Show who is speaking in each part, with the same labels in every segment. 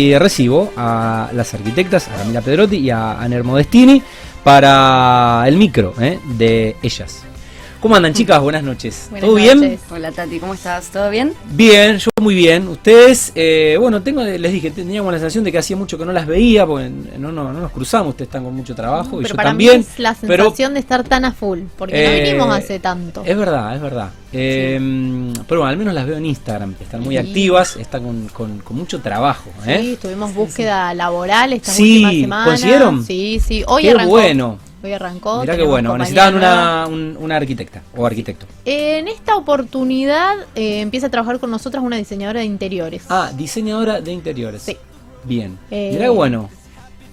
Speaker 1: Y recibo a las arquitectas, a Camila Pedrotti y a Aner Modestini, para el micro ¿eh? de ellas. ¿Cómo andan, chicas? Buenas noches.
Speaker 2: Buenas
Speaker 1: ¿Todo bien?
Speaker 2: noches. Hola Tati, ¿cómo estás? ¿Todo bien?
Speaker 1: Bien, yo muy bien. Ustedes, eh, bueno, tengo, les dije, teníamos la sensación de que hacía mucho que no las veía, porque no, no, no nos cruzamos, ustedes están con mucho trabajo y
Speaker 3: Pero
Speaker 1: yo
Speaker 3: para
Speaker 1: también.
Speaker 3: mí es la
Speaker 1: pero-
Speaker 3: sensación de estar tan a full, porque
Speaker 1: Eh,
Speaker 3: no vinimos hace tanto.
Speaker 1: Es verdad, es verdad. Eh, Pero bueno, al menos las veo en Instagram, que están muy
Speaker 3: Sí.
Speaker 1: activas, están con, con- con mucho trabajo. ¿eh?
Speaker 3: Sí, tuvimos búsqueda laboral estas
Speaker 1: Sí,
Speaker 3: últimas semanas.
Speaker 1: ¿consiguieron?
Speaker 3: Sí, sí, hoy
Speaker 1: Qué
Speaker 3: arrancó.
Speaker 1: bueno.
Speaker 3: Hoy arrancó.
Speaker 1: Mirá qué
Speaker 3: tenemos
Speaker 1: bueno,
Speaker 3: compañía
Speaker 1: necesitaban una,
Speaker 3: nueva.
Speaker 1: un- una arquitecta o arquitecto.
Speaker 3: En esta oportunidad eh, empieza a trabajar con nosotras una diseñadora de interiores.
Speaker 1: Ah, diseñadora de interiores.
Speaker 3: Sí.
Speaker 1: Bien.
Speaker 3: Eh,
Speaker 1: Mirá qué bueno.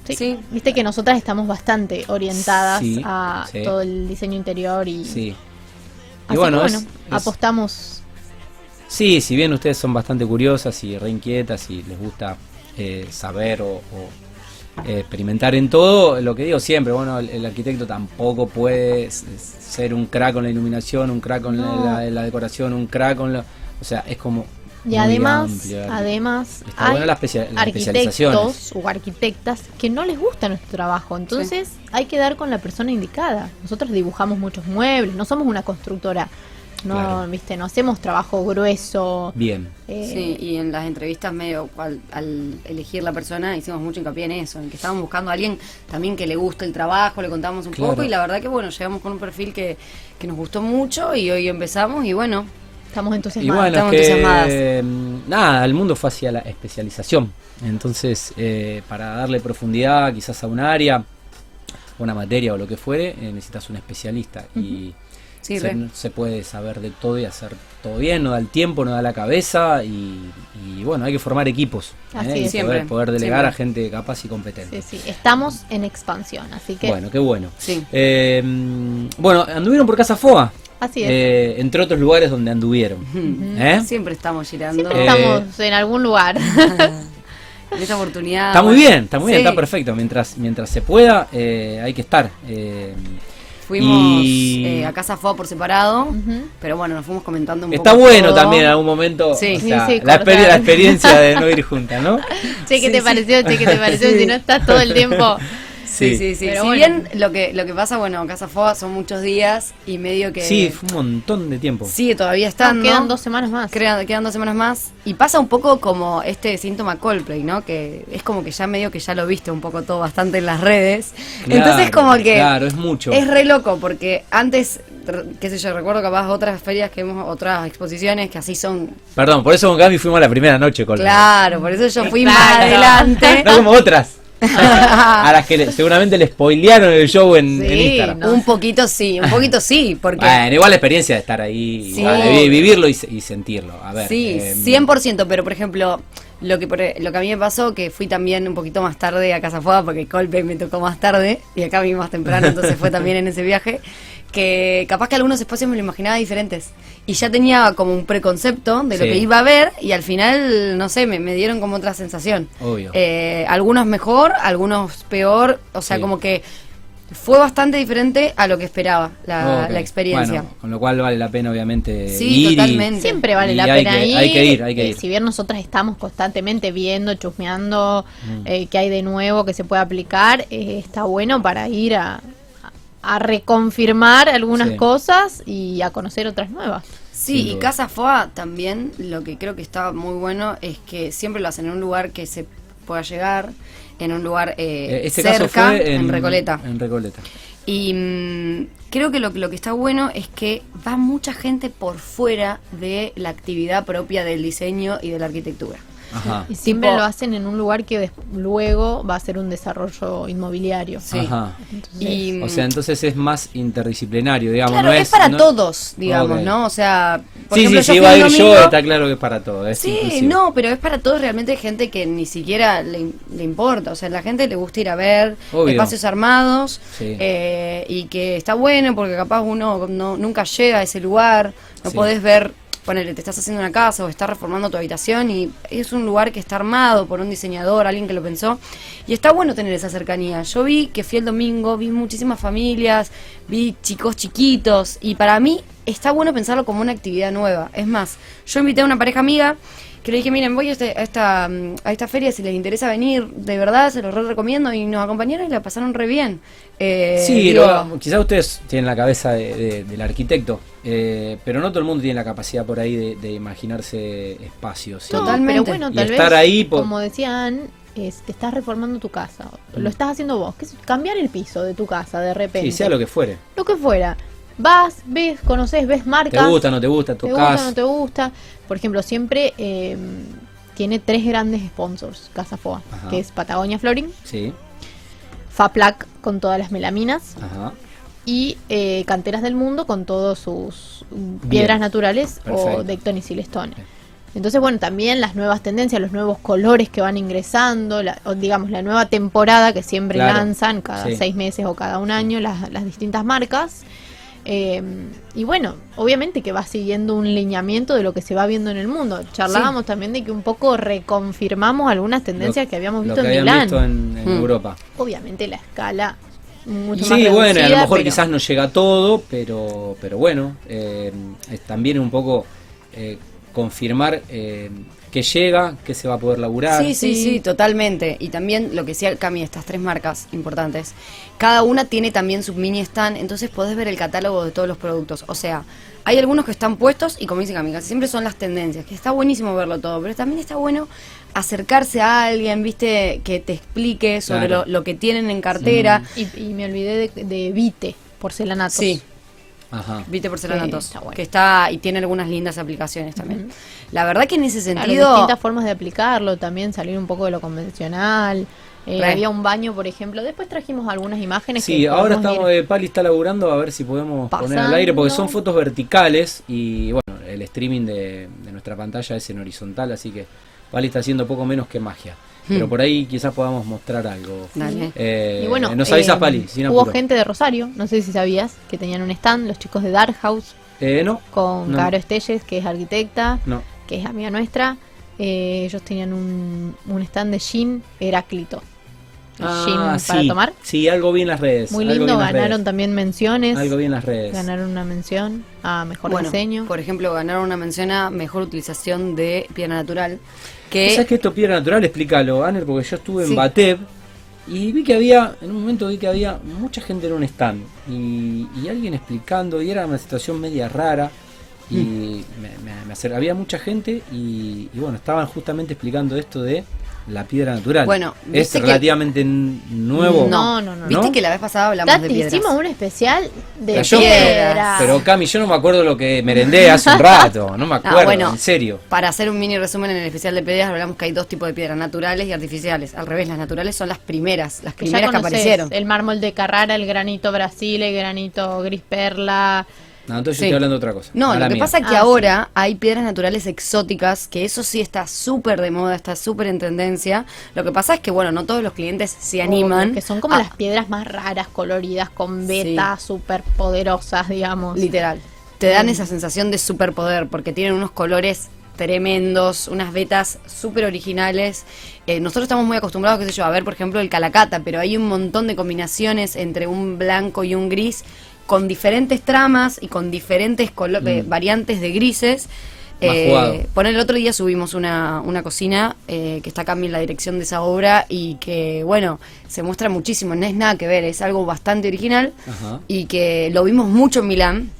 Speaker 3: Sí.
Speaker 2: Sí.
Speaker 3: Viste que nosotras estamos bastante orientadas
Speaker 1: Sí,
Speaker 3: a
Speaker 1: sí.
Speaker 3: todo el diseño interior y,
Speaker 1: Sí.
Speaker 3: así
Speaker 1: Y
Speaker 3: que,
Speaker 1: bueno,
Speaker 3: bueno,
Speaker 1: es- es-
Speaker 3: apostamos.
Speaker 1: Sí, si bien ustedes son bastante curiosas y reinquietas y les gusta eh, saber o, o, eh, experimentar en todo, lo que digo siempre, bueno, el, el arquitecto tampoco puede s- ser un crack con la iluminación, un crack con la-
Speaker 3: No.
Speaker 1: la, la decoración, un crack con la... O sea, es como...
Speaker 3: Y
Speaker 1: muy
Speaker 3: además,
Speaker 1: amplio, ¿verdad?
Speaker 3: además
Speaker 1: Está buena
Speaker 3: hay-
Speaker 1: la, especia- la especialización.
Speaker 3: arquitectos o arquitectas que no les gusta nuestro trabajo. Entonces hay que dar con la persona indicada. Nosotros dibujamos muchos muebles, no somos una constructora. No,
Speaker 1: Claro.
Speaker 3: viste, no hacemos trabajo grueso.
Speaker 1: Bien.
Speaker 3: eh,
Speaker 2: Sí, y en las entrevistas medio al, al elegir la persona hicimos mucho hincapié en eso, en que estábamos buscando a alguien también que le guste el trabajo, le contamos un
Speaker 1: Claro.
Speaker 2: poco y la verdad que bueno, llegamos con un perfil que, que nos gustó mucho y hoy empezamos y bueno,
Speaker 3: Estamos
Speaker 1: Y
Speaker 3: entusiasmados.
Speaker 1: bueno,
Speaker 2: estamos
Speaker 1: es
Speaker 2: entusiasmadas.
Speaker 1: que mm, nada, el mundo fue hacia la especialización. Entonces, eh, para darle profundidad quizás a un área, una materia o lo que fuere, eh, necesitas un especialista. Y
Speaker 2: sí,
Speaker 1: se,
Speaker 2: re.
Speaker 1: no se puede saber de todo y hacer todo bien, no da el tiempo, no da la cabeza. Y, y bueno, hay que formar equipos. ¿eh?
Speaker 3: Así
Speaker 1: Y
Speaker 3: es.
Speaker 1: poder,
Speaker 2: Siempre,
Speaker 1: poder delegar
Speaker 2: siempre.
Speaker 1: a gente capaz y competente.
Speaker 3: Sí, sí, estamos en expansión, así que
Speaker 1: Bueno, qué bueno.
Speaker 2: Sí.
Speaker 1: Eh, mm, bueno, anduvieron por Casa Foa,
Speaker 3: así es.
Speaker 1: eh, entre otros lugares donde anduvieron. ¿Eh?
Speaker 2: Siempre estamos girando.
Speaker 3: Siempre
Speaker 1: Eh,
Speaker 3: estamos en algún lugar.
Speaker 2: En esta oportunidad.
Speaker 1: Está muy
Speaker 2: Ah, bueno,
Speaker 1: bien, está muy bien,
Speaker 2: sí,
Speaker 1: está perfecto. Mientras, mientras se pueda, eh, hay que estar. eh,
Speaker 2: Fuimos
Speaker 1: Y-
Speaker 2: eh, a casa FOA por separado,
Speaker 3: Ujú.
Speaker 2: pero bueno, nos fuimos comentando un
Speaker 1: está
Speaker 2: poco.
Speaker 1: bueno
Speaker 2: todo.
Speaker 1: también en algún momento
Speaker 2: Sí.
Speaker 1: o sea,
Speaker 3: Sí, sí,
Speaker 1: la,
Speaker 3: cortar.
Speaker 1: exper- la experiencia de no ir juntas, ¿no?
Speaker 3: Che, ¿qué
Speaker 2: Sí,
Speaker 3: te
Speaker 2: sí.
Speaker 3: pareció? Che, ¿qué te pareció?
Speaker 2: Sí.
Speaker 3: Si no estás todo el tiempo.
Speaker 2: Sí, sí, sí.
Speaker 3: Pero
Speaker 2: si
Speaker 3: bueno.
Speaker 2: bien lo que, lo que pasa, bueno, Casa Foa son muchos días y medio que.
Speaker 1: Sí, fue un montón de tiempo.
Speaker 2: sigue todavía
Speaker 3: Aún
Speaker 2: estando.
Speaker 3: quedan dos semanas más.
Speaker 2: Crean- quedan dos semanas más. Y pasa un poco como este síntoma Coldplay, ¿no? Que es como que ya medio que ya lo viste un poco todo bastante en las redes.
Speaker 1: Claro,
Speaker 2: Entonces, como que.
Speaker 1: Claro, es mucho.
Speaker 2: Es re loco porque antes, r- qué sé yo, recuerdo capaz otras ferias que hemos, otras exposiciones que así son.
Speaker 1: Perdón, por eso con Gaby fuimos la primera noche con la-
Speaker 2: Claro, por eso yo fui más
Speaker 3: Claro.
Speaker 2: adelante.
Speaker 1: No como otras.
Speaker 2: Ah.
Speaker 1: a las que le- seguramente le spoilearon el show en,
Speaker 3: Sí,
Speaker 1: en Instagram.
Speaker 3: no.
Speaker 2: Un poquito sí, un poquito sí, porque.
Speaker 1: Bueno, igual la experiencia de estar ahí,
Speaker 2: Sí.
Speaker 1: igual, de vi- vivirlo y, se- y sentirlo. A ver,
Speaker 2: Sí,
Speaker 1: em,
Speaker 2: 100%, pero por ejemplo, lo que por- lo que a mí me pasó, que fui también un poquito más tarde a Casa Foda, porque Colpe me tocó más tarde, y acá vine más temprano, entonces fue también en ese viaje, que capaz que algunos espacios me lo imaginaba diferentes. Y ya tenía como un preconcepto de lo
Speaker 1: Sí.
Speaker 2: que iba a ver, y al final, no sé, me, me dieron como otra sensación.
Speaker 1: Obvio.
Speaker 2: Eh, algunos mejor, algunos peor, o sea,
Speaker 1: Sí.
Speaker 2: como que fue bastante diferente a lo que esperaba la,
Speaker 1: Ok.
Speaker 2: la experiencia.
Speaker 1: Bueno, con lo cual vale la pena, obviamente,
Speaker 2: Sí,
Speaker 1: ir y-
Speaker 2: totalmente.
Speaker 3: Siempre vale
Speaker 1: Y
Speaker 3: la
Speaker 1: hay
Speaker 3: pena
Speaker 1: que-
Speaker 3: ir.
Speaker 1: hay que ir, hay que
Speaker 3: Eh,
Speaker 1: ir.
Speaker 3: Si bien nosotras estamos constantemente viendo, chusmeando
Speaker 1: Mm.
Speaker 3: eh, qué hay de nuevo que se puede aplicar, eh, está bueno para ir a, a reconfirmar algunas
Speaker 1: Sí.
Speaker 3: cosas y a conocer otras nuevas.
Speaker 1: Sin
Speaker 2: Sí, y
Speaker 1: duda.
Speaker 2: Casa Foa también, lo que creo que está muy bueno es que siempre lo hacen en un lugar que se pueda llegar, en un lugar eh,
Speaker 1: Eh, Este
Speaker 2: cerca,
Speaker 1: caso fue
Speaker 2: en,
Speaker 1: en,
Speaker 2: Recoleta.
Speaker 1: En Recoleta.
Speaker 2: Y mm, creo que lo, lo que está bueno es que va mucha gente por fuera de la actividad propia del diseño y de la arquitectura.
Speaker 1: Ajá.
Speaker 3: Y siempre
Speaker 2: Tipo-
Speaker 3: lo hacen en un lugar que des- luego va a ser un desarrollo inmobiliario.
Speaker 2: Sí.
Speaker 1: Ajá.
Speaker 3: Entonces,
Speaker 2: Y, mm,
Speaker 1: O sea, entonces es más interdisciplinario, digamos.
Speaker 2: claro,
Speaker 1: no
Speaker 2: es,
Speaker 1: es,
Speaker 2: para
Speaker 1: no-
Speaker 2: todos, digamos,
Speaker 1: Ok.
Speaker 2: ¿no? O sea, por
Speaker 1: sí,
Speaker 2: ejemplo,
Speaker 1: sí, si
Speaker 2: yo
Speaker 1: iba a
Speaker 2: fui
Speaker 1: ir
Speaker 2: un
Speaker 1: yo,
Speaker 2: domingo-
Speaker 1: está claro que es para todos. es
Speaker 2: Sí,
Speaker 1: inclusivo.
Speaker 2: no, pero es para todos realmente gente que ni siquiera le, le importa. O sea, la gente le gusta ir a ver
Speaker 1: Obvio.
Speaker 2: espacios armados
Speaker 1: Sí.
Speaker 2: eh, y que está bueno porque capaz uno no- nunca llega a ese lugar, no
Speaker 1: Sí.
Speaker 2: podés ver, ponele, te estás haciendo una casa o estás reformando tu habitación y es un lugar que está armado por un diseñador, alguien que lo pensó. Y está bueno tener esa cercanía. Yo vi que fui el domingo, vi muchísimas familias, vi chicos chiquitos y para mí está bueno pensarlo como una actividad nueva. Es más, yo invité a una pareja amiga que le dije, miren, voy a, este- a esta, mm, a esta feria, si les interesa venir, de verdad, se los re recomiendo. Y nos acompañaron y la pasaron re bien. Eh,
Speaker 1: Sí,
Speaker 2: digo,
Speaker 1: lo- quizás ustedes tienen la cabeza de- de- del arquitecto, eh, pero no todo el mundo tiene la capacidad por ahí de, de imaginarse espacios. y-
Speaker 3: No,
Speaker 2: Totalmente.
Speaker 3: pero bueno,
Speaker 1: Y
Speaker 3: tal
Speaker 1: estar
Speaker 3: vez,
Speaker 1: ahí por-
Speaker 3: como decían, es, te estás reformando tu casa. Lo estás haciendo vos. Que es cambiar el piso de tu casa de repente.
Speaker 1: Mm. Sí, sea lo que fuere.
Speaker 3: Lo que fuera. Vas, ves, conoces, ves
Speaker 1: Te
Speaker 3: marcas.
Speaker 1: gusta, no te gusta,
Speaker 3: te gusta, no
Speaker 1: tocas.
Speaker 3: te gusta. Por ejemplo, siempre eh, tiene tres grandes sponsors Casa Foa.
Speaker 1: Ajá.
Speaker 3: Que es Patagonia Flooring,
Speaker 1: Sí,
Speaker 3: Faplac con todas las melaminas
Speaker 1: ajá.
Speaker 3: y eh, Canteras del Mundo con todos sus mm, piedras naturales
Speaker 1: Perfecto.
Speaker 3: o Dectonis y Silestone.
Speaker 1: Bien.
Speaker 3: Entonces, bueno, también las nuevas tendencias, los nuevos colores que van ingresando, la- o digamos, la nueva temporada que siempre
Speaker 1: Claro.
Speaker 3: lanzan cada
Speaker 1: Sí.
Speaker 3: seis meses o cada un año las, las distintas marcas. Eh, y bueno, obviamente que va siguiendo un lineamiento de lo que se va viendo en el mundo. Charlábamos también de que un poco reconfirmamos algunas tendencias
Speaker 1: Lo-
Speaker 3: que habíamos
Speaker 1: lo
Speaker 3: visto
Speaker 1: que
Speaker 3: en
Speaker 1: habían
Speaker 3: Milán.
Speaker 1: visto en, en
Speaker 2: Mm.
Speaker 1: Europa.
Speaker 3: Obviamente la escala mucho más
Speaker 1: sí, bueno, a lo
Speaker 3: reducida,
Speaker 1: mejor
Speaker 3: pero-
Speaker 1: quizás no llega a todo, pero, pero bueno, eh, es también un poco eh, confirmar eh, que llega, que se va a poder laburar.
Speaker 2: Sí, sí,
Speaker 3: Sí.
Speaker 2: sí, totalmente. Y también lo que decía Cami, estas tres marcas importantes, cada una tiene también su mini stand, entonces podés ver el catálogo de todos los productos. O sea, hay algunos que están puestos y como dice Cami, casi siempre son las tendencias, que está buenísimo verlo todo, pero también está bueno acercarse a alguien, viste, que te explique sobre
Speaker 1: Claro. Mm.
Speaker 2: lo, lo que tienen en cartera.
Speaker 3: Y, y me olvidé de, de Vite, porcelanatos.
Speaker 2: Sí.
Speaker 1: Ajá.
Speaker 2: Vite Porcelanatos,
Speaker 3: Sí, está bueno.
Speaker 2: que está y tiene algunas lindas aplicaciones también. La verdad que en ese
Speaker 3: Claro,
Speaker 2: sentido...
Speaker 3: distintas formas de aplicarlo, también salir un poco de lo convencional. Eh,
Speaker 2: Re.
Speaker 3: había un baño, por ejemplo. Después trajimos algunas imágenes.
Speaker 1: Sí,
Speaker 3: que
Speaker 1: ahora
Speaker 3: podemos
Speaker 1: estamos,
Speaker 3: ir-
Speaker 1: eh, Pali está laburando a ver si podemos poner al
Speaker 3: Pasando.
Speaker 1: aire, porque son fotos verticales y bueno, el streaming de, de nuestra pantalla es en horizontal, así que Pali está haciendo poco menos que magia. Pero por ahí quizás podamos mostrar algo.
Speaker 2: Dale.
Speaker 1: Eh,
Speaker 3: Hmm. Y bueno,
Speaker 1: nos avisas,
Speaker 3: eh,
Speaker 1: Pali, sin
Speaker 3: hubo
Speaker 1: apuro.
Speaker 3: gente de Rosario, no sé si sabías, que tenían un stand, los chicos de Dark House,
Speaker 1: Eh, no,
Speaker 3: con
Speaker 1: No.
Speaker 3: Caro Estelles, que es arquitecta,
Speaker 1: no.
Speaker 3: que es amiga nuestra. Eh, ellos tenían un, un stand de gin Heráclito. El gin
Speaker 1: Ah,
Speaker 3: para
Speaker 1: sí,
Speaker 3: tomar.
Speaker 1: Sí, algo bien las redes.
Speaker 3: Muy
Speaker 1: algo vi
Speaker 3: lindo,
Speaker 1: en las
Speaker 3: ganaron
Speaker 1: redes,
Speaker 3: también menciones.
Speaker 1: Algo bien las redes.
Speaker 3: Ganaron una mención a mejor
Speaker 2: bueno,
Speaker 3: diseño.
Speaker 2: Por ejemplo, ganaron una mención a mejor utilización de piedra natural.
Speaker 3: Eh,
Speaker 2: Que,
Speaker 1: ¿Sabes que esto piedra natural? Explícalo, Aner, porque yo estuve en
Speaker 2: Sí.
Speaker 1: Bateb y vi que había, en un momento vi que había mucha gente en un stand y, y alguien explicando y era una situación media rara y
Speaker 3: Mm.
Speaker 1: me, me- me acer- había mucha gente y, y bueno, estaban justamente explicando esto de la piedra natural.
Speaker 2: Bueno,
Speaker 1: es
Speaker 2: viste que-
Speaker 1: relativamente n- nuevo.
Speaker 3: No, no, no,
Speaker 2: Viste
Speaker 1: ¿No?
Speaker 2: que la vez pasada hablamos
Speaker 3: Tati,
Speaker 2: de piedras.
Speaker 3: hicimos un especial de
Speaker 1: La yo-
Speaker 3: piedra.
Speaker 1: Pero Cami, yo no me acuerdo lo que merendé hace un rato,
Speaker 3: Ah,
Speaker 1: no me acuerdo,
Speaker 2: Ah, bueno.
Speaker 1: en serio.
Speaker 2: Para hacer un mini resumen en el especial de piedras, hablamos que hay dos tipos de piedras, naturales y artificiales. Al revés, las naturales son las primeras, las
Speaker 3: Que ya eh.
Speaker 2: primeras que
Speaker 3: conocés,
Speaker 2: aparecieron.
Speaker 3: El mármol de Carrara, el granito Brasil, el granito gris perla.
Speaker 1: No, entonces yo
Speaker 2: Sí.
Speaker 1: estoy hablando de otra cosa.
Speaker 2: No,
Speaker 1: mala
Speaker 2: lo que
Speaker 1: mía.
Speaker 2: pasa es que
Speaker 3: Ah,
Speaker 2: ahora hay piedras naturales exóticas, que eso sí está súper de moda, está súper en tendencia. Lo que pasa es que, bueno, no todos los clientes se animan.
Speaker 3: Que son como
Speaker 2: a-
Speaker 3: las piedras más raras, coloridas, con
Speaker 2: Sí.
Speaker 3: vetas súper poderosas, digamos.
Speaker 2: Literal. Te dan esa sensación de superpoder porque tienen unos colores tremendos, unas vetas súper originales. Eh, nosotros estamos muy acostumbrados, qué sé yo, a ver, por ejemplo, el calacata, pero hay un montón de combinaciones entre un blanco y un gris con diferentes tramas y con diferentes colo- eh, variantes de grises.
Speaker 1: Mm.
Speaker 2: Eh,
Speaker 1: Más jugado.
Speaker 2: Por el otro día subimos una, una cocina eh, que está acá en la dirección de esa obra y que, bueno, se muestra muchísimo, no es nada que ver, es algo bastante original
Speaker 1: Ajá.
Speaker 2: y que lo vimos mucho en Milán,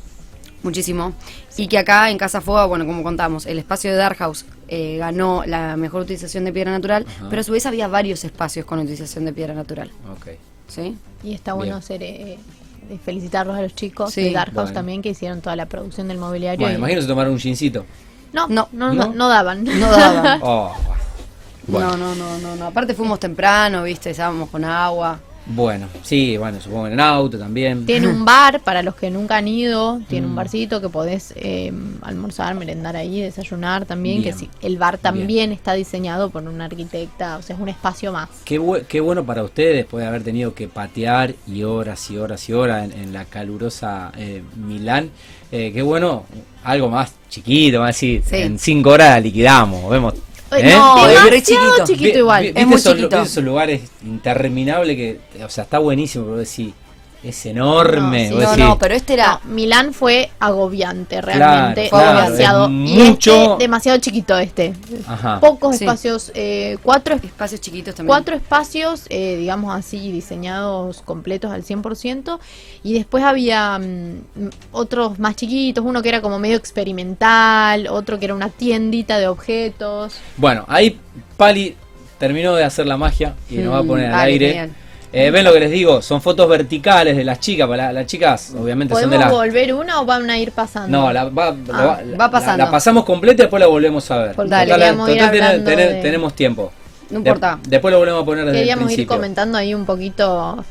Speaker 2: muchísimo, y que acá en Casa Foga, bueno, como contamos, el espacio de Dark House eh, ganó la mejor utilización de piedra natural,
Speaker 1: Ajá.
Speaker 2: pero a su vez había varios espacios con utilización de piedra natural,
Speaker 1: Ok.
Speaker 2: ¿sí?
Speaker 3: Y está bueno
Speaker 1: Bien.
Speaker 3: hacer, eh, eh, felicitarlos a los chicos
Speaker 2: Sí.
Speaker 3: de Dark House
Speaker 1: Bueno.
Speaker 3: también, que hicieron toda la producción del mobiliario.
Speaker 1: Bueno,
Speaker 3: y-
Speaker 1: imagino se tomaron un gincito.
Speaker 3: no,
Speaker 2: No,
Speaker 3: no, no,
Speaker 1: no.
Speaker 3: no daban.
Speaker 2: No daban.
Speaker 1: Oh, bueno.
Speaker 2: Ah. No, no, no, no, no, aparte fuimos temprano, viste, estábamos con agua.
Speaker 1: Bueno, sí, bueno, supongo en el auto también.
Speaker 3: Tiene un bar para los que nunca han ido, tiene
Speaker 1: Mm.
Speaker 3: un barcito que podés eh, almorzar, merendar ahí, desayunar también,
Speaker 1: Bien.
Speaker 3: que sí, el bar también está diseñado por una arquitecta, o sea, es un espacio más.
Speaker 1: Qué, bu- qué bueno para ustedes después de haber tenido que patear y horas y horas y horas en, en la calurosa eh, Milán. Eh, qué bueno, algo más chiquito, más así.
Speaker 2: Sí.
Speaker 1: En cinco horas la liquidamos, vemos.
Speaker 3: Ay,
Speaker 1: ¿eh?
Speaker 3: no,
Speaker 1: Porque
Speaker 2: es
Speaker 1: vi-
Speaker 2: re chiquito.
Speaker 3: demasiado chiquito
Speaker 1: vi-
Speaker 3: igual.
Speaker 1: vi-
Speaker 2: es
Speaker 1: viste
Speaker 2: muy
Speaker 1: esos,
Speaker 2: chiquito.
Speaker 1: viste esos lugares interminables que, o sea, está buenísimo, pero decís, es enorme. Eh,
Speaker 3: No, sí.
Speaker 1: vos
Speaker 4: No,
Speaker 1: decís,
Speaker 4: no, pero este era.
Speaker 3: No, Milán fue agobiante realmente,
Speaker 1: Claro,
Speaker 4: claro,
Speaker 3: demasiado.
Speaker 1: es
Speaker 3: Y este,
Speaker 1: mucho-
Speaker 3: demasiado chiquito este.
Speaker 1: Ajá.
Speaker 3: Pocos
Speaker 2: Sí.
Speaker 3: espacios, eh, cuatro, es-
Speaker 2: Espacios chiquitos también.
Speaker 3: cuatro espacios, eh, digamos así, diseñados completos al 100%. Y después había mm, otros más chiquitos, uno que era como medio experimental, otro que era una tiendita de objetos.
Speaker 1: Bueno, ahí Pali terminó de hacer la magia y nos va a poner al
Speaker 2: Vale,
Speaker 1: aire.
Speaker 2: Ah, genial.
Speaker 1: Eh, ¿Ven lo que les digo? Son fotos verticales de las chicas. para la- las chicas, obviamente, son de
Speaker 3: ¿Podemos
Speaker 1: las.
Speaker 3: volver una o van a ir pasando?
Speaker 1: No, la, va, la
Speaker 3: Ah,
Speaker 1: la-
Speaker 2: va pasando.
Speaker 1: La, pasamos completa y después la volvemos a ver.
Speaker 3: Porque
Speaker 2: Dale.
Speaker 3: queríamos ir
Speaker 1: tener-
Speaker 3: hablando
Speaker 1: tener-
Speaker 3: de-
Speaker 1: tenemos tiempo.
Speaker 2: No
Speaker 1: De-
Speaker 2: importa.
Speaker 1: después lo volvemos a poner desde
Speaker 3: Queríamos
Speaker 1: el
Speaker 3: ir
Speaker 1: principio.
Speaker 3: comentando ahí un poquito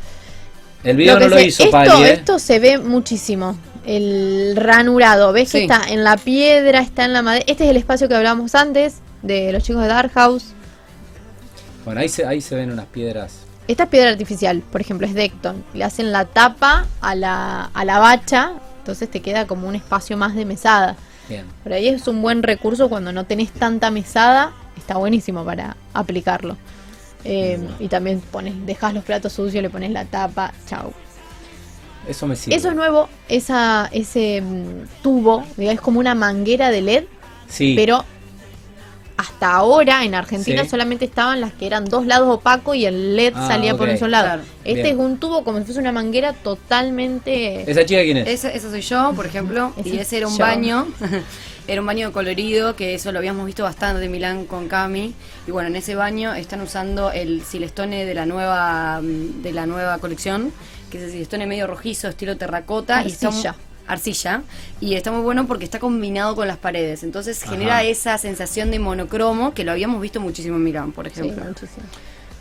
Speaker 1: el video
Speaker 3: que
Speaker 1: no lo
Speaker 3: se-
Speaker 1: hizo
Speaker 3: esto,
Speaker 1: Pali, ¿eh?
Speaker 3: esto se ve muchísimo. El ranurado, ¿ves
Speaker 2: Sí.
Speaker 3: que está en la piedra, está en la madera? Este es el espacio que hablábamos antes de los chicos de Dark House.
Speaker 1: Bueno, ahí se, ahí se ven unas piedras.
Speaker 3: Esta es piedra artificial, por ejemplo, es Decton. Le hacen la tapa a la, a la bacha, entonces te queda como un espacio más de mesada.
Speaker 1: Bien.
Speaker 3: Por ahí es un buen recurso cuando no tenés tanta mesada, está buenísimo para aplicarlo. Eh, y también pones, dejas los platos sucios, le pones la tapa, chau.
Speaker 1: Eso me sirve.
Speaker 3: Eso es nuevo, esa, ese mm, tubo, digamos, es como una manguera de LED,
Speaker 1: Sí.
Speaker 3: pero hasta ahora en Argentina
Speaker 1: Sí.
Speaker 3: solamente estaban las que eran dos lados opacos y el LED
Speaker 1: Ah,
Speaker 3: salía por
Speaker 1: ok.
Speaker 3: un solo lado.
Speaker 2: Claro.
Speaker 3: Este
Speaker 1: Bien.
Speaker 3: es un tubo como si fuese una manguera totalmente...
Speaker 1: ¿Esa chica quién es?
Speaker 2: Esa, esa soy yo, por ejemplo, y
Speaker 3: Ese
Speaker 2: ese era un
Speaker 3: yo.
Speaker 2: baño, era un baño colorido, que eso lo habíamos visto bastante en Milán con Cami, y bueno, en ese baño están usando el silestone de la nueva mm, de la nueva colección, que es el silestone medio rojizo, estilo terracota, y está
Speaker 3: Arcilla.
Speaker 2: mu- arcilla, y está muy bueno porque está combinado con las paredes, entonces genera esa sensación de monocromo que lo habíamos visto muchísimo en Milán, por
Speaker 3: Sí,
Speaker 2: ejemplo.
Speaker 3: muchísimo.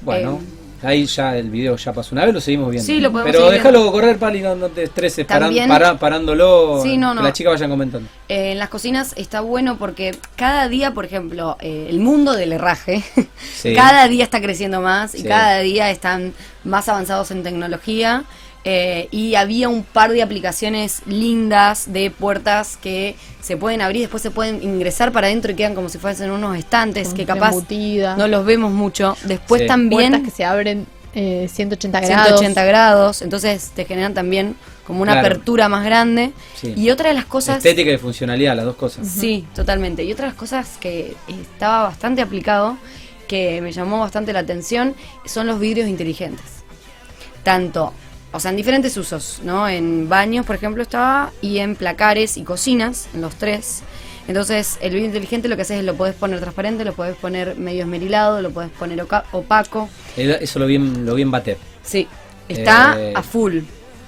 Speaker 1: Bueno, ahí ya el video ya pasó una vez, lo seguimos viendo.
Speaker 2: Em, Sí, lo podemos
Speaker 1: Pero
Speaker 2: seguir
Speaker 1: déjalo correr, Pali, no, no te estreses paran-
Speaker 2: También-
Speaker 1: para- parándolo.
Speaker 2: Sí, no,
Speaker 1: Que
Speaker 2: no.
Speaker 1: las chicas vayan comentando.
Speaker 2: Eh, en las cocinas está bueno porque cada día, por ejemplo, eh, el mundo del herraje,
Speaker 1: Sí.
Speaker 2: cada día está creciendo más y
Speaker 1: Sí.
Speaker 2: cada día están más avanzados en tecnología. eh, y había un par de aplicaciones lindas de puertas que se pueden abrir, después se pueden ingresar para adentro y quedan como si fuesen unos estantes
Speaker 3: Con
Speaker 2: que capaz
Speaker 3: embutida.
Speaker 2: no los vemos mucho. Después
Speaker 1: Sí.
Speaker 2: también
Speaker 3: Puertas que se abren eh, 180 grados.
Speaker 2: 180 grados, entonces te generan también como una
Speaker 1: Claro.
Speaker 2: apertura más grande.
Speaker 1: Sí.
Speaker 2: Y otra de las cosas...
Speaker 1: Estética y funcionalidad, las dos cosas.
Speaker 2: Sí, totalmente. Y otras cosas que estaba bastante aplicado, que me llamó bastante la atención, son los vidrios inteligentes. Tanto, o sea, en diferentes usos, ¿no? En baños, por ejemplo, estaba, y en placares y cocinas, en los tres. Entonces, el vidrio inteligente lo que haces es lo podés poner transparente, lo podés poner medio esmerilado, lo podés poner oca- opaco.
Speaker 1: El- Eso lo vi en, lo vi en Batep.
Speaker 2: Sí, está
Speaker 1: Eh,
Speaker 2: a full.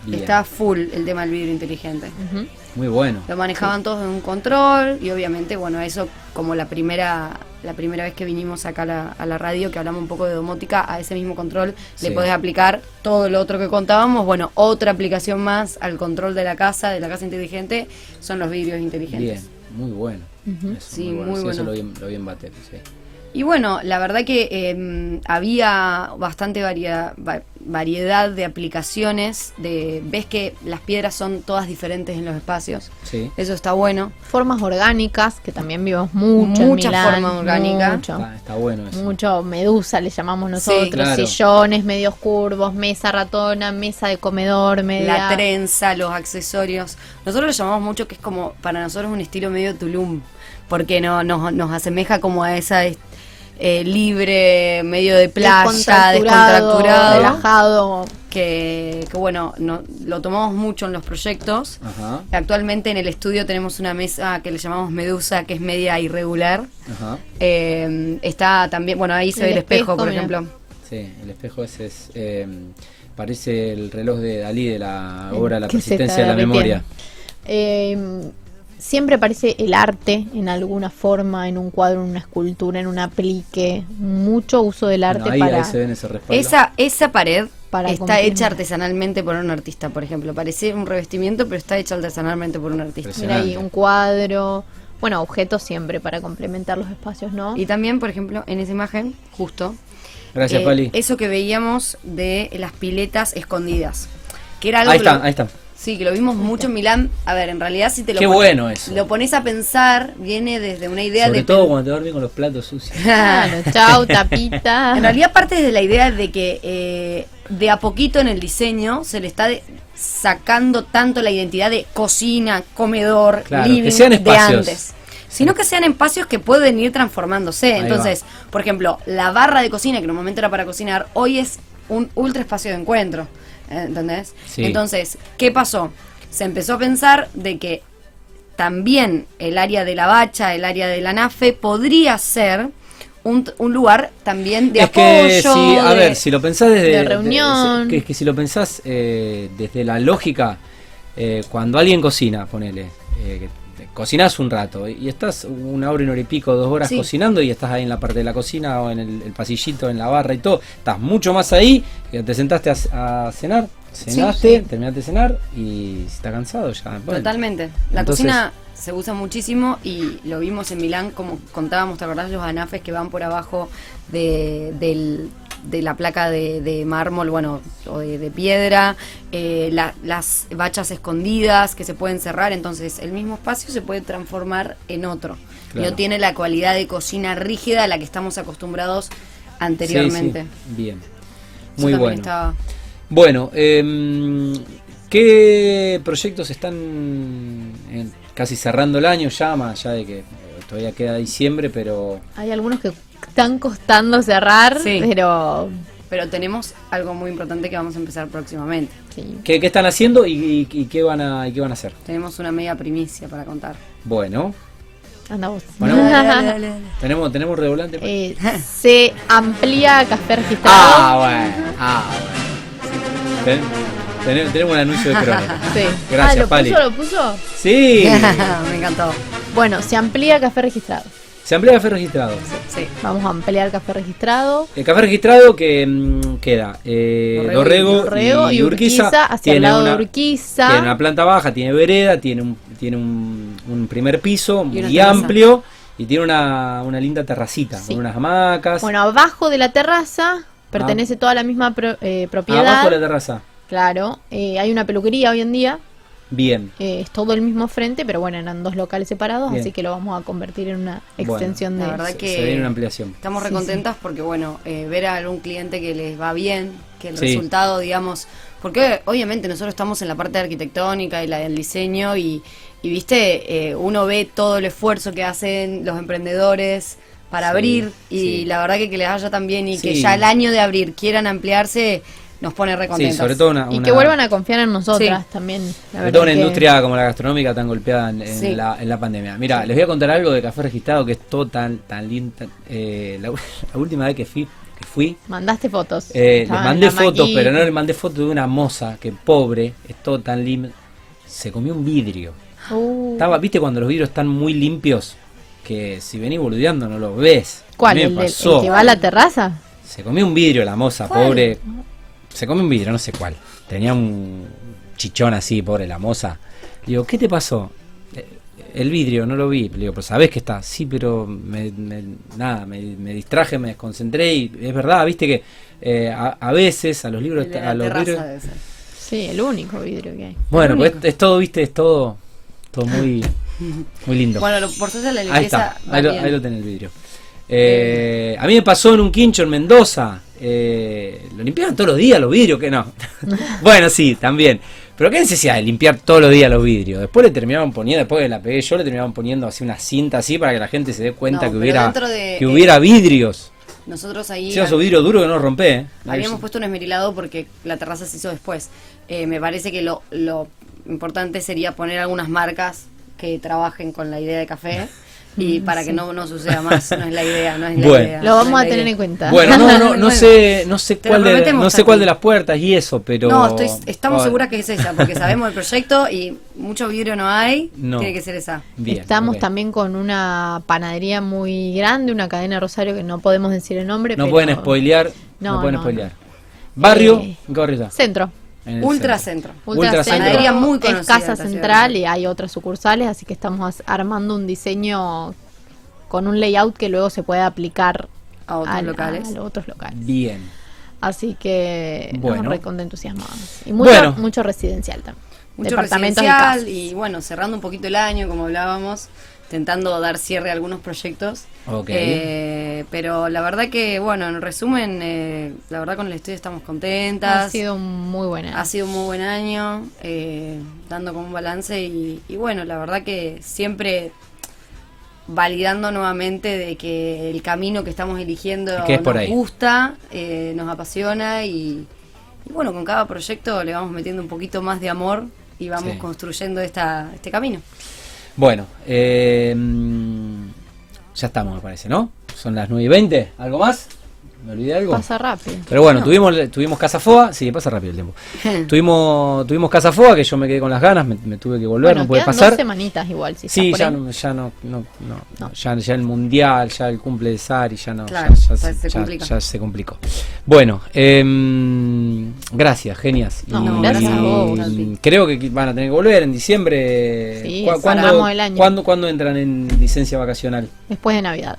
Speaker 1: bien.
Speaker 2: Está a full el tema del vidrio inteligente.
Speaker 3: Ujú.
Speaker 1: Muy bueno.
Speaker 2: Lo manejaban todos en un control y obviamente, bueno, eso como la primera la primera vez que vinimos acá a la, a la radio, que hablamos un poco de domótica, a ese mismo control
Speaker 1: Sí.
Speaker 2: le podés aplicar todo lo otro que contábamos. Bueno, otra aplicación más al control de la casa, de la casa inteligente, son los vidrios inteligentes.
Speaker 1: Bien, muy bueno. Eso,
Speaker 2: Sí,
Speaker 1: Sí,
Speaker 2: muy
Speaker 1: Eso
Speaker 2: bueno.
Speaker 1: lo vi, en- lo vi en Batep, sí.
Speaker 2: Y bueno, la verdad que eh, había bastante varia- va- variedad de aplicaciones, de ves que las piedras son todas diferentes en los espacios.
Speaker 1: Sí.
Speaker 2: Eso está bueno.
Speaker 3: Formas orgánicas, que también vimos mucho. en
Speaker 2: Mucha
Speaker 3: Milán,
Speaker 2: forma orgánica.
Speaker 3: mucho.
Speaker 1: Está, está bueno eso.
Speaker 3: mucho medusa le llamamos nosotros,
Speaker 2: Sí,
Speaker 1: claro.
Speaker 3: sillones medios curvos, mesa ratona, mesa de comedor, media
Speaker 2: La trenza, los accesorios. Nosotros lo llamamos mucho que es como, para nosotros un estilo medio Tulum, porque no, nos, nos asemeja como a esa eh, libre, medio de playa,
Speaker 3: descontracturado,
Speaker 2: descontracturado,
Speaker 3: relajado.
Speaker 2: que, que bueno, no, lo tomamos mucho en los proyectos.
Speaker 1: Ajá,
Speaker 2: Actualmente en el estudio tenemos una mesa que le llamamos Medusa, que es media irregular.
Speaker 1: ajá.
Speaker 2: Eh, está también, bueno, ahí se
Speaker 3: El
Speaker 2: ve el espejo,
Speaker 3: espejo,
Speaker 2: por
Speaker 3: mira.
Speaker 2: ejemplo.
Speaker 1: Sí, el espejo ese es. eh, parece el reloj de Dalí de la obra La
Speaker 3: que se está
Speaker 1: persistencia de la memoria.
Speaker 3: Eh, siempre aparece el arte en alguna forma, en un cuadro, en una escultura, en un aplique. Mucho uso del arte
Speaker 1: Bueno, ahí,
Speaker 3: para...
Speaker 1: ahí se ven ese respaldo.
Speaker 2: Esa, esa pared
Speaker 3: Para
Speaker 2: está
Speaker 3: confirmar.
Speaker 2: hecha artesanalmente por un artista, por ejemplo. Parece un revestimiento, pero está hecha artesanalmente por un artista.
Speaker 3: Mira ahí,
Speaker 1: Impresionante.
Speaker 3: un cuadro. Bueno, objetos siempre para complementar los espacios, ¿no?
Speaker 2: Y también, por ejemplo, en esa imagen, justo,
Speaker 1: Gracias,
Speaker 2: eh,
Speaker 1: Pali.
Speaker 2: eso que veíamos de las piletas escondidas. Que era algo
Speaker 1: Ahí
Speaker 2: que lo-
Speaker 1: está, ahí está.
Speaker 2: Sí, que lo vimos mucho en Milán. A ver, en realidad si te lo
Speaker 1: Qué
Speaker 2: pon-
Speaker 1: bueno eso.
Speaker 2: Lo pones a pensar, viene desde una idea
Speaker 1: Sobre
Speaker 2: de
Speaker 1: todo cuando te dormís con los platos sucios.
Speaker 3: Claro, chau, tapita.
Speaker 2: En realidad parte de la idea de que eh, de a poquito en el diseño se le está de- sacando tanto la identidad de cocina, comedor,
Speaker 1: Claro,
Speaker 2: living
Speaker 1: que sean
Speaker 2: de
Speaker 1: espacios.
Speaker 2: antes. Sino que sean espacios que pueden ir transformándose. Entonces, por ejemplo, la barra de cocina, que en un momento era para cocinar, hoy es un ultra espacio de encuentro. ¿Entendés?
Speaker 1: Sí.
Speaker 2: Entonces, ¿qué pasó? Se empezó a pensar de que también el área de la bacha, el área de la nafe, podría ser un, un lugar también de
Speaker 1: es
Speaker 2: apoyo.
Speaker 1: que si, a
Speaker 2: de-
Speaker 1: ver, si lo pensás desde
Speaker 3: de reunión.
Speaker 1: de- que, que si lo pensás eh, desde la lógica, eh, cuando alguien cocina, ponele, eh, que te- cocinás un rato y estás una hora, una hora y pico, dos horas
Speaker 2: Sí.
Speaker 1: cocinando y estás ahí en la parte de la cocina o en el, el pasillito, en la barra y todo, estás mucho más ahí, que te sentaste a, a cenar, cenaste, terminaste de cenar y si estás cansado ya. bueno.
Speaker 2: Totalmente. La
Speaker 1: Entonces-
Speaker 2: cocina se usa muchísimo y lo vimos en Milán, como contábamos, ¿te acordás? Los anafes que van por abajo de, del- de la placa de, de mármol, bueno, o de, de piedra, eh, la- las bachas escondidas que se pueden cerrar, entonces el mismo espacio se puede transformar en otro.
Speaker 1: Claro.
Speaker 2: No tiene la cualidad de cocina rígida a la que estamos acostumbrados
Speaker 1: Sí, sí,
Speaker 2: anteriormente.
Speaker 1: bien.
Speaker 2: Eso
Speaker 1: Muy
Speaker 2: también
Speaker 1: bueno.
Speaker 2: estaba-
Speaker 1: Bueno, em, ¿qué proyectos están en- casi cerrando el año ya, más allá de que eh, todavía queda diciembre, pero
Speaker 3: Hay algunos que están costando cerrar,
Speaker 2: Sí.
Speaker 3: pero
Speaker 2: Pero tenemos algo muy importante que vamos a empezar próximamente.
Speaker 3: sí.
Speaker 1: ¿qué, qué están haciendo y, y- y qué van a y qué van a hacer?
Speaker 2: Tenemos una media primicia para contar.
Speaker 1: Bueno,
Speaker 3: Anda vos.
Speaker 1: Bueno.
Speaker 2: Dale, dale, dale, dale.
Speaker 1: tenemos tenemos redoblante.
Speaker 3: Eh, se amplía Café Registrado.
Speaker 1: ah, bueno, ah, bueno. Ten- ten- tenemos un anuncio de crónica.
Speaker 3: Sí.
Speaker 1: Gracias,
Speaker 3: Ah, ¿lo
Speaker 1: Pali.
Speaker 3: puso? ¿Lo puso?
Speaker 1: Sí,
Speaker 2: Me encantó.
Speaker 3: Bueno, se amplía Café Registrado.
Speaker 1: se amplía café registrado.
Speaker 2: Sí.
Speaker 3: Vamos a ampliar Café Registrado.
Speaker 1: El café registrado que mm, queda eh,
Speaker 2: Dorrego
Speaker 1: Dorrego,
Speaker 3: Correo
Speaker 1: y, Urquiza,
Speaker 3: hacia el lado de Urquiza.
Speaker 1: Tiene una planta baja, tiene vereda, tiene un, tiene un, un primer piso muy
Speaker 2: una terraza.
Speaker 1: amplio y tiene una, una linda terracita
Speaker 3: Sí.
Speaker 1: con unas hamacas.
Speaker 3: Bueno, abajo de la terraza pertenece toda la misma pro- eh, propiedad.
Speaker 1: Ah. abajo de la terraza.
Speaker 3: Claro, eh, hay una peluquería hoy en día.
Speaker 1: Bien.
Speaker 3: eh, es todo el mismo frente, pero bueno, eran dos locales separados,
Speaker 1: Bien.
Speaker 3: así que lo vamos a convertir en una
Speaker 1: Bueno.
Speaker 3: extensión
Speaker 2: La
Speaker 3: de.
Speaker 2: verdad
Speaker 1: Se,
Speaker 2: que-
Speaker 1: se viene una ampliación.
Speaker 2: Estamos
Speaker 3: Sí,
Speaker 2: recontentas porque, bueno, eh, ver a algún cliente que les va bien, que el
Speaker 1: Sí.
Speaker 2: resultado, digamos. Porque obviamente nosotros estamos en la parte de arquitectónica y la del diseño y, y, viste, eh, uno ve todo el esfuerzo que hacen los emprendedores para
Speaker 1: Sí,
Speaker 2: abrir y
Speaker 1: sí.
Speaker 2: la verdad que, que les vaya tan bien y que
Speaker 1: Sí.
Speaker 2: ya el año de abrir quieran ampliarse nos pone
Speaker 1: Sí,
Speaker 2: recontentas.
Speaker 1: sobre todo una,
Speaker 3: Y
Speaker 1: una-
Speaker 3: que vuelvan a confiar en nosotras
Speaker 2: Sí.
Speaker 3: también. la
Speaker 1: sobre todo una
Speaker 3: verdad que-
Speaker 1: industria como la gastronómica tan golpeada en, en
Speaker 2: Sí.
Speaker 1: la, en la pandemia. Mira, les voy a contar algo de café registrado que es todo tan, tan lindo. tan- eh, la, u- la última vez que fui, que fui
Speaker 3: Mandaste fotos.
Speaker 1: Eh, les
Speaker 3: Estaban
Speaker 1: mandé
Speaker 3: la
Speaker 1: fotos,
Speaker 3: maquita.
Speaker 1: pero no les mandé fotos de una moza que pobre, es todo tan limpio. Se comió un vidrio.
Speaker 3: Uh,
Speaker 1: Estaba, ¿viste cuando los vidrios están muy limpios? Que si venís boludeando no los ves.
Speaker 3: ¿Cuál?
Speaker 1: Me
Speaker 3: ¿El, del- el
Speaker 1: pasó.
Speaker 3: que va a la terraza?
Speaker 1: Se comió un vidrio la moza,
Speaker 2: ¿Cuál?
Speaker 1: pobre. Se comió un vidrio, no sé cuál. Tenía un chichón así, pobre la moza. Le digo, ¿qué te pasó? "Eh, El vidrio, no lo vi. Le digo, pero sabés que está. Sí, pero me, me- nada, me, me distraje, me desconcentré y es verdad, viste que eh, a, a veces a los libros...
Speaker 2: El de
Speaker 1: a
Speaker 2: la
Speaker 1: los
Speaker 2: terraza
Speaker 1: vidrios-
Speaker 2: debe ser.
Speaker 3: Sí, el único vidrio que hay.
Speaker 1: Bueno, pues es,
Speaker 2: único.
Speaker 1: es todo, viste, es todo, todo muy, muy lindo.
Speaker 2: Bueno, lo- por suerte la limpieza.
Speaker 1: ahí está,
Speaker 2: va
Speaker 1: ahí lo,
Speaker 2: bien.
Speaker 1: ahí lo tenés el vidrio. Eh, a mí me pasó en un quincho en Mendoza. eh, lo limpiaban todos los días los vidrios, que no. bueno, sí, también. Pero qué necesidad de limpiar todos los días los vidrios. Después le terminaban poniendo, después que la pegué yo, le terminaban poniendo así una cinta así para que la gente se dé cuenta
Speaker 2: No,
Speaker 1: que
Speaker 2: pero
Speaker 1: hubiera
Speaker 2: dentro de-
Speaker 1: que hubiera vidrios.
Speaker 2: Nosotros ahí.
Speaker 1: Si era su vidrio duro que no rompe, eh.
Speaker 2: Habíamos puesto un esmerilado porque la terraza se hizo después. Eh, me parece que lo, lo importante sería poner algunas marcas que trabajen con la idea de café y para que no, no suceda más. No es la idea, no es la
Speaker 1: Bueno.
Speaker 2: idea.
Speaker 3: Mm, Lo
Speaker 2: no
Speaker 3: vamos
Speaker 2: es
Speaker 3: a
Speaker 2: Ah, la
Speaker 3: tener
Speaker 2: idea.
Speaker 3: en cuenta.
Speaker 1: Bueno, no, no, no
Speaker 2: Bueno.
Speaker 1: sé, no sé
Speaker 2: Te lo
Speaker 1: cuál de,
Speaker 2: prometemos,
Speaker 1: no sé cuál
Speaker 2: Tati.
Speaker 1: de las puertas y eso, pero Ah,
Speaker 2: No, estoy, estamos
Speaker 1: Bueno,
Speaker 2: seguras que es esa, porque sabemos el proyecto y mucho vidrio no hay.
Speaker 1: No.
Speaker 2: Tiene que ser esa.
Speaker 1: bien,
Speaker 3: Estamos
Speaker 1: ok.
Speaker 3: también con una panadería muy grande, una cadena de Rosario que no podemos decir el nombre.
Speaker 1: No
Speaker 3: pero-
Speaker 1: pueden spoilear, no,
Speaker 3: No,
Speaker 1: pueden
Speaker 3: no,
Speaker 1: spoilear. Barrio,
Speaker 3: Eh,
Speaker 1: ¿en qué barrio está?
Speaker 3: Centro.
Speaker 1: En el
Speaker 2: Ultracentro.
Speaker 1: Ultracentro.
Speaker 2: Panadería muy
Speaker 3: es
Speaker 2: conocida en
Speaker 3: casa
Speaker 2: esta ciudad.
Speaker 3: central y hay otras sucursales, así que estamos as- armando un diseño con un layout que luego se puede aplicar
Speaker 2: A otros
Speaker 3: al-
Speaker 2: locales.
Speaker 3: a los otros locales.
Speaker 1: Bien.
Speaker 3: Así que
Speaker 1: Bueno.
Speaker 3: bueno. entusiasmados. Y mucho,
Speaker 1: Bueno.
Speaker 3: mucho residencial también.
Speaker 2: Mucho
Speaker 3: Departamentos y
Speaker 2: residencial
Speaker 3: casas.
Speaker 2: y bueno, cerrando un poquito el año, como hablábamos, tentando dar cierre a algunos proyectos.
Speaker 1: Ok.
Speaker 2: Eh, pero la verdad que, bueno, en resumen, eh, la verdad con el estudio estamos contentas.
Speaker 3: Ha sido muy buena.
Speaker 2: Ha sido un muy buen año, eh, dando como un balance y, y bueno, la verdad que siempre validando nuevamente de que el camino que estamos eligiendo
Speaker 1: Que es por
Speaker 2: nos
Speaker 1: ahí.
Speaker 2: gusta, eh, nos apasiona y, y bueno, con cada proyecto le vamos metiendo un poquito más de amor y vamos
Speaker 1: Sí.
Speaker 2: construyendo esta, este camino.
Speaker 1: Bueno, eh, mm, ya estamos, me parece, ¿no? Son las 9 y 20. ¿Algo más? ¿Me olvidé algo?
Speaker 3: Pasa rápido.
Speaker 1: Pero bueno, tuvimos, tuvimos Casa Foa, sí, pasa rápido el tiempo. tuvimos, tuvimos Casa Foa, que yo me quedé con las ganas, me, me tuve que volver,
Speaker 3: bueno,
Speaker 1: no pude
Speaker 3: quedan
Speaker 1: pasar.
Speaker 3: dos semanitas igual, si
Speaker 1: Sí,
Speaker 3: estás por
Speaker 1: ya
Speaker 3: ahí.
Speaker 1: no, ya no, no, no,
Speaker 3: No.
Speaker 1: Ya, ya el mundial, ya el cumple de Sari, ya no,
Speaker 2: Claro,
Speaker 1: ya,
Speaker 2: ya se complica.
Speaker 1: ya se complicó. Bueno, em, gracias, genias.
Speaker 3: No,
Speaker 1: Y
Speaker 2: gracias a vos, Santi.
Speaker 1: Creo que van a tener que volver en diciembre.
Speaker 3: Sí,
Speaker 1: ¿Cu-
Speaker 3: cerramos el año.
Speaker 1: ¿cuándo, cuándo entran en licencia vacacional?
Speaker 3: Después de Navidad.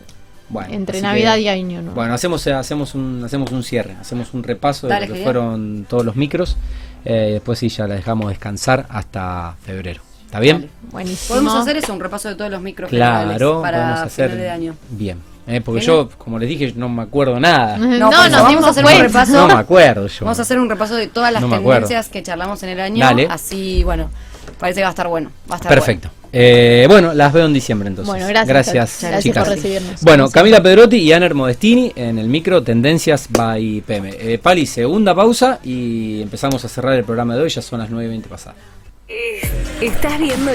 Speaker 1: Bueno,
Speaker 3: Entre
Speaker 1: así
Speaker 3: Navidad
Speaker 1: que-
Speaker 3: y Año Nuevo.
Speaker 1: Bueno, hacemos, eh, hacemos, un, hacemos un cierre, hacemos un repaso de
Speaker 2: Dale,
Speaker 1: lo que
Speaker 2: genial.
Speaker 1: fueron todos los micros. eh, después sí, ya la dejamos descansar hasta febrero. ¿Está bien?
Speaker 2: Dale.
Speaker 3: Buenísimo.
Speaker 2: Podemos hacer eso, un repaso de todos los micros generales
Speaker 1: Claro,
Speaker 2: para
Speaker 1: podemos hacer
Speaker 2: final de año.
Speaker 1: bien. Eh, porque
Speaker 2: Genial.
Speaker 1: yo, como les dije, no me acuerdo nada.
Speaker 3: No,
Speaker 2: No, por
Speaker 3: nos
Speaker 2: eso vamos
Speaker 3: dimos
Speaker 2: a hacer
Speaker 3: cuenta.
Speaker 2: un repaso.
Speaker 1: No me acuerdo yo.
Speaker 2: Vamos a hacer un repaso de todas las
Speaker 1: No me acuerdo.
Speaker 2: tendencias que charlamos en el año.
Speaker 1: Dale.
Speaker 2: Así, bueno, parece que va a estar bueno. Va a estar
Speaker 1: Perfecto. Eh, bueno, las veo en diciembre entonces.
Speaker 3: Bueno, gracias,
Speaker 1: Gracias,
Speaker 3: Tati. Gracias
Speaker 1: chicas.
Speaker 3: por recibirnos.
Speaker 1: Bueno,
Speaker 3: Como
Speaker 1: Camila Pedrotti y Aner Modestini en el micro Tendencias by PM. Eh, Pali, segunda pausa y empezamos a cerrar el programa de hoy. Ya son las 9.20 pasadas.
Speaker 4: Es- Estás viendo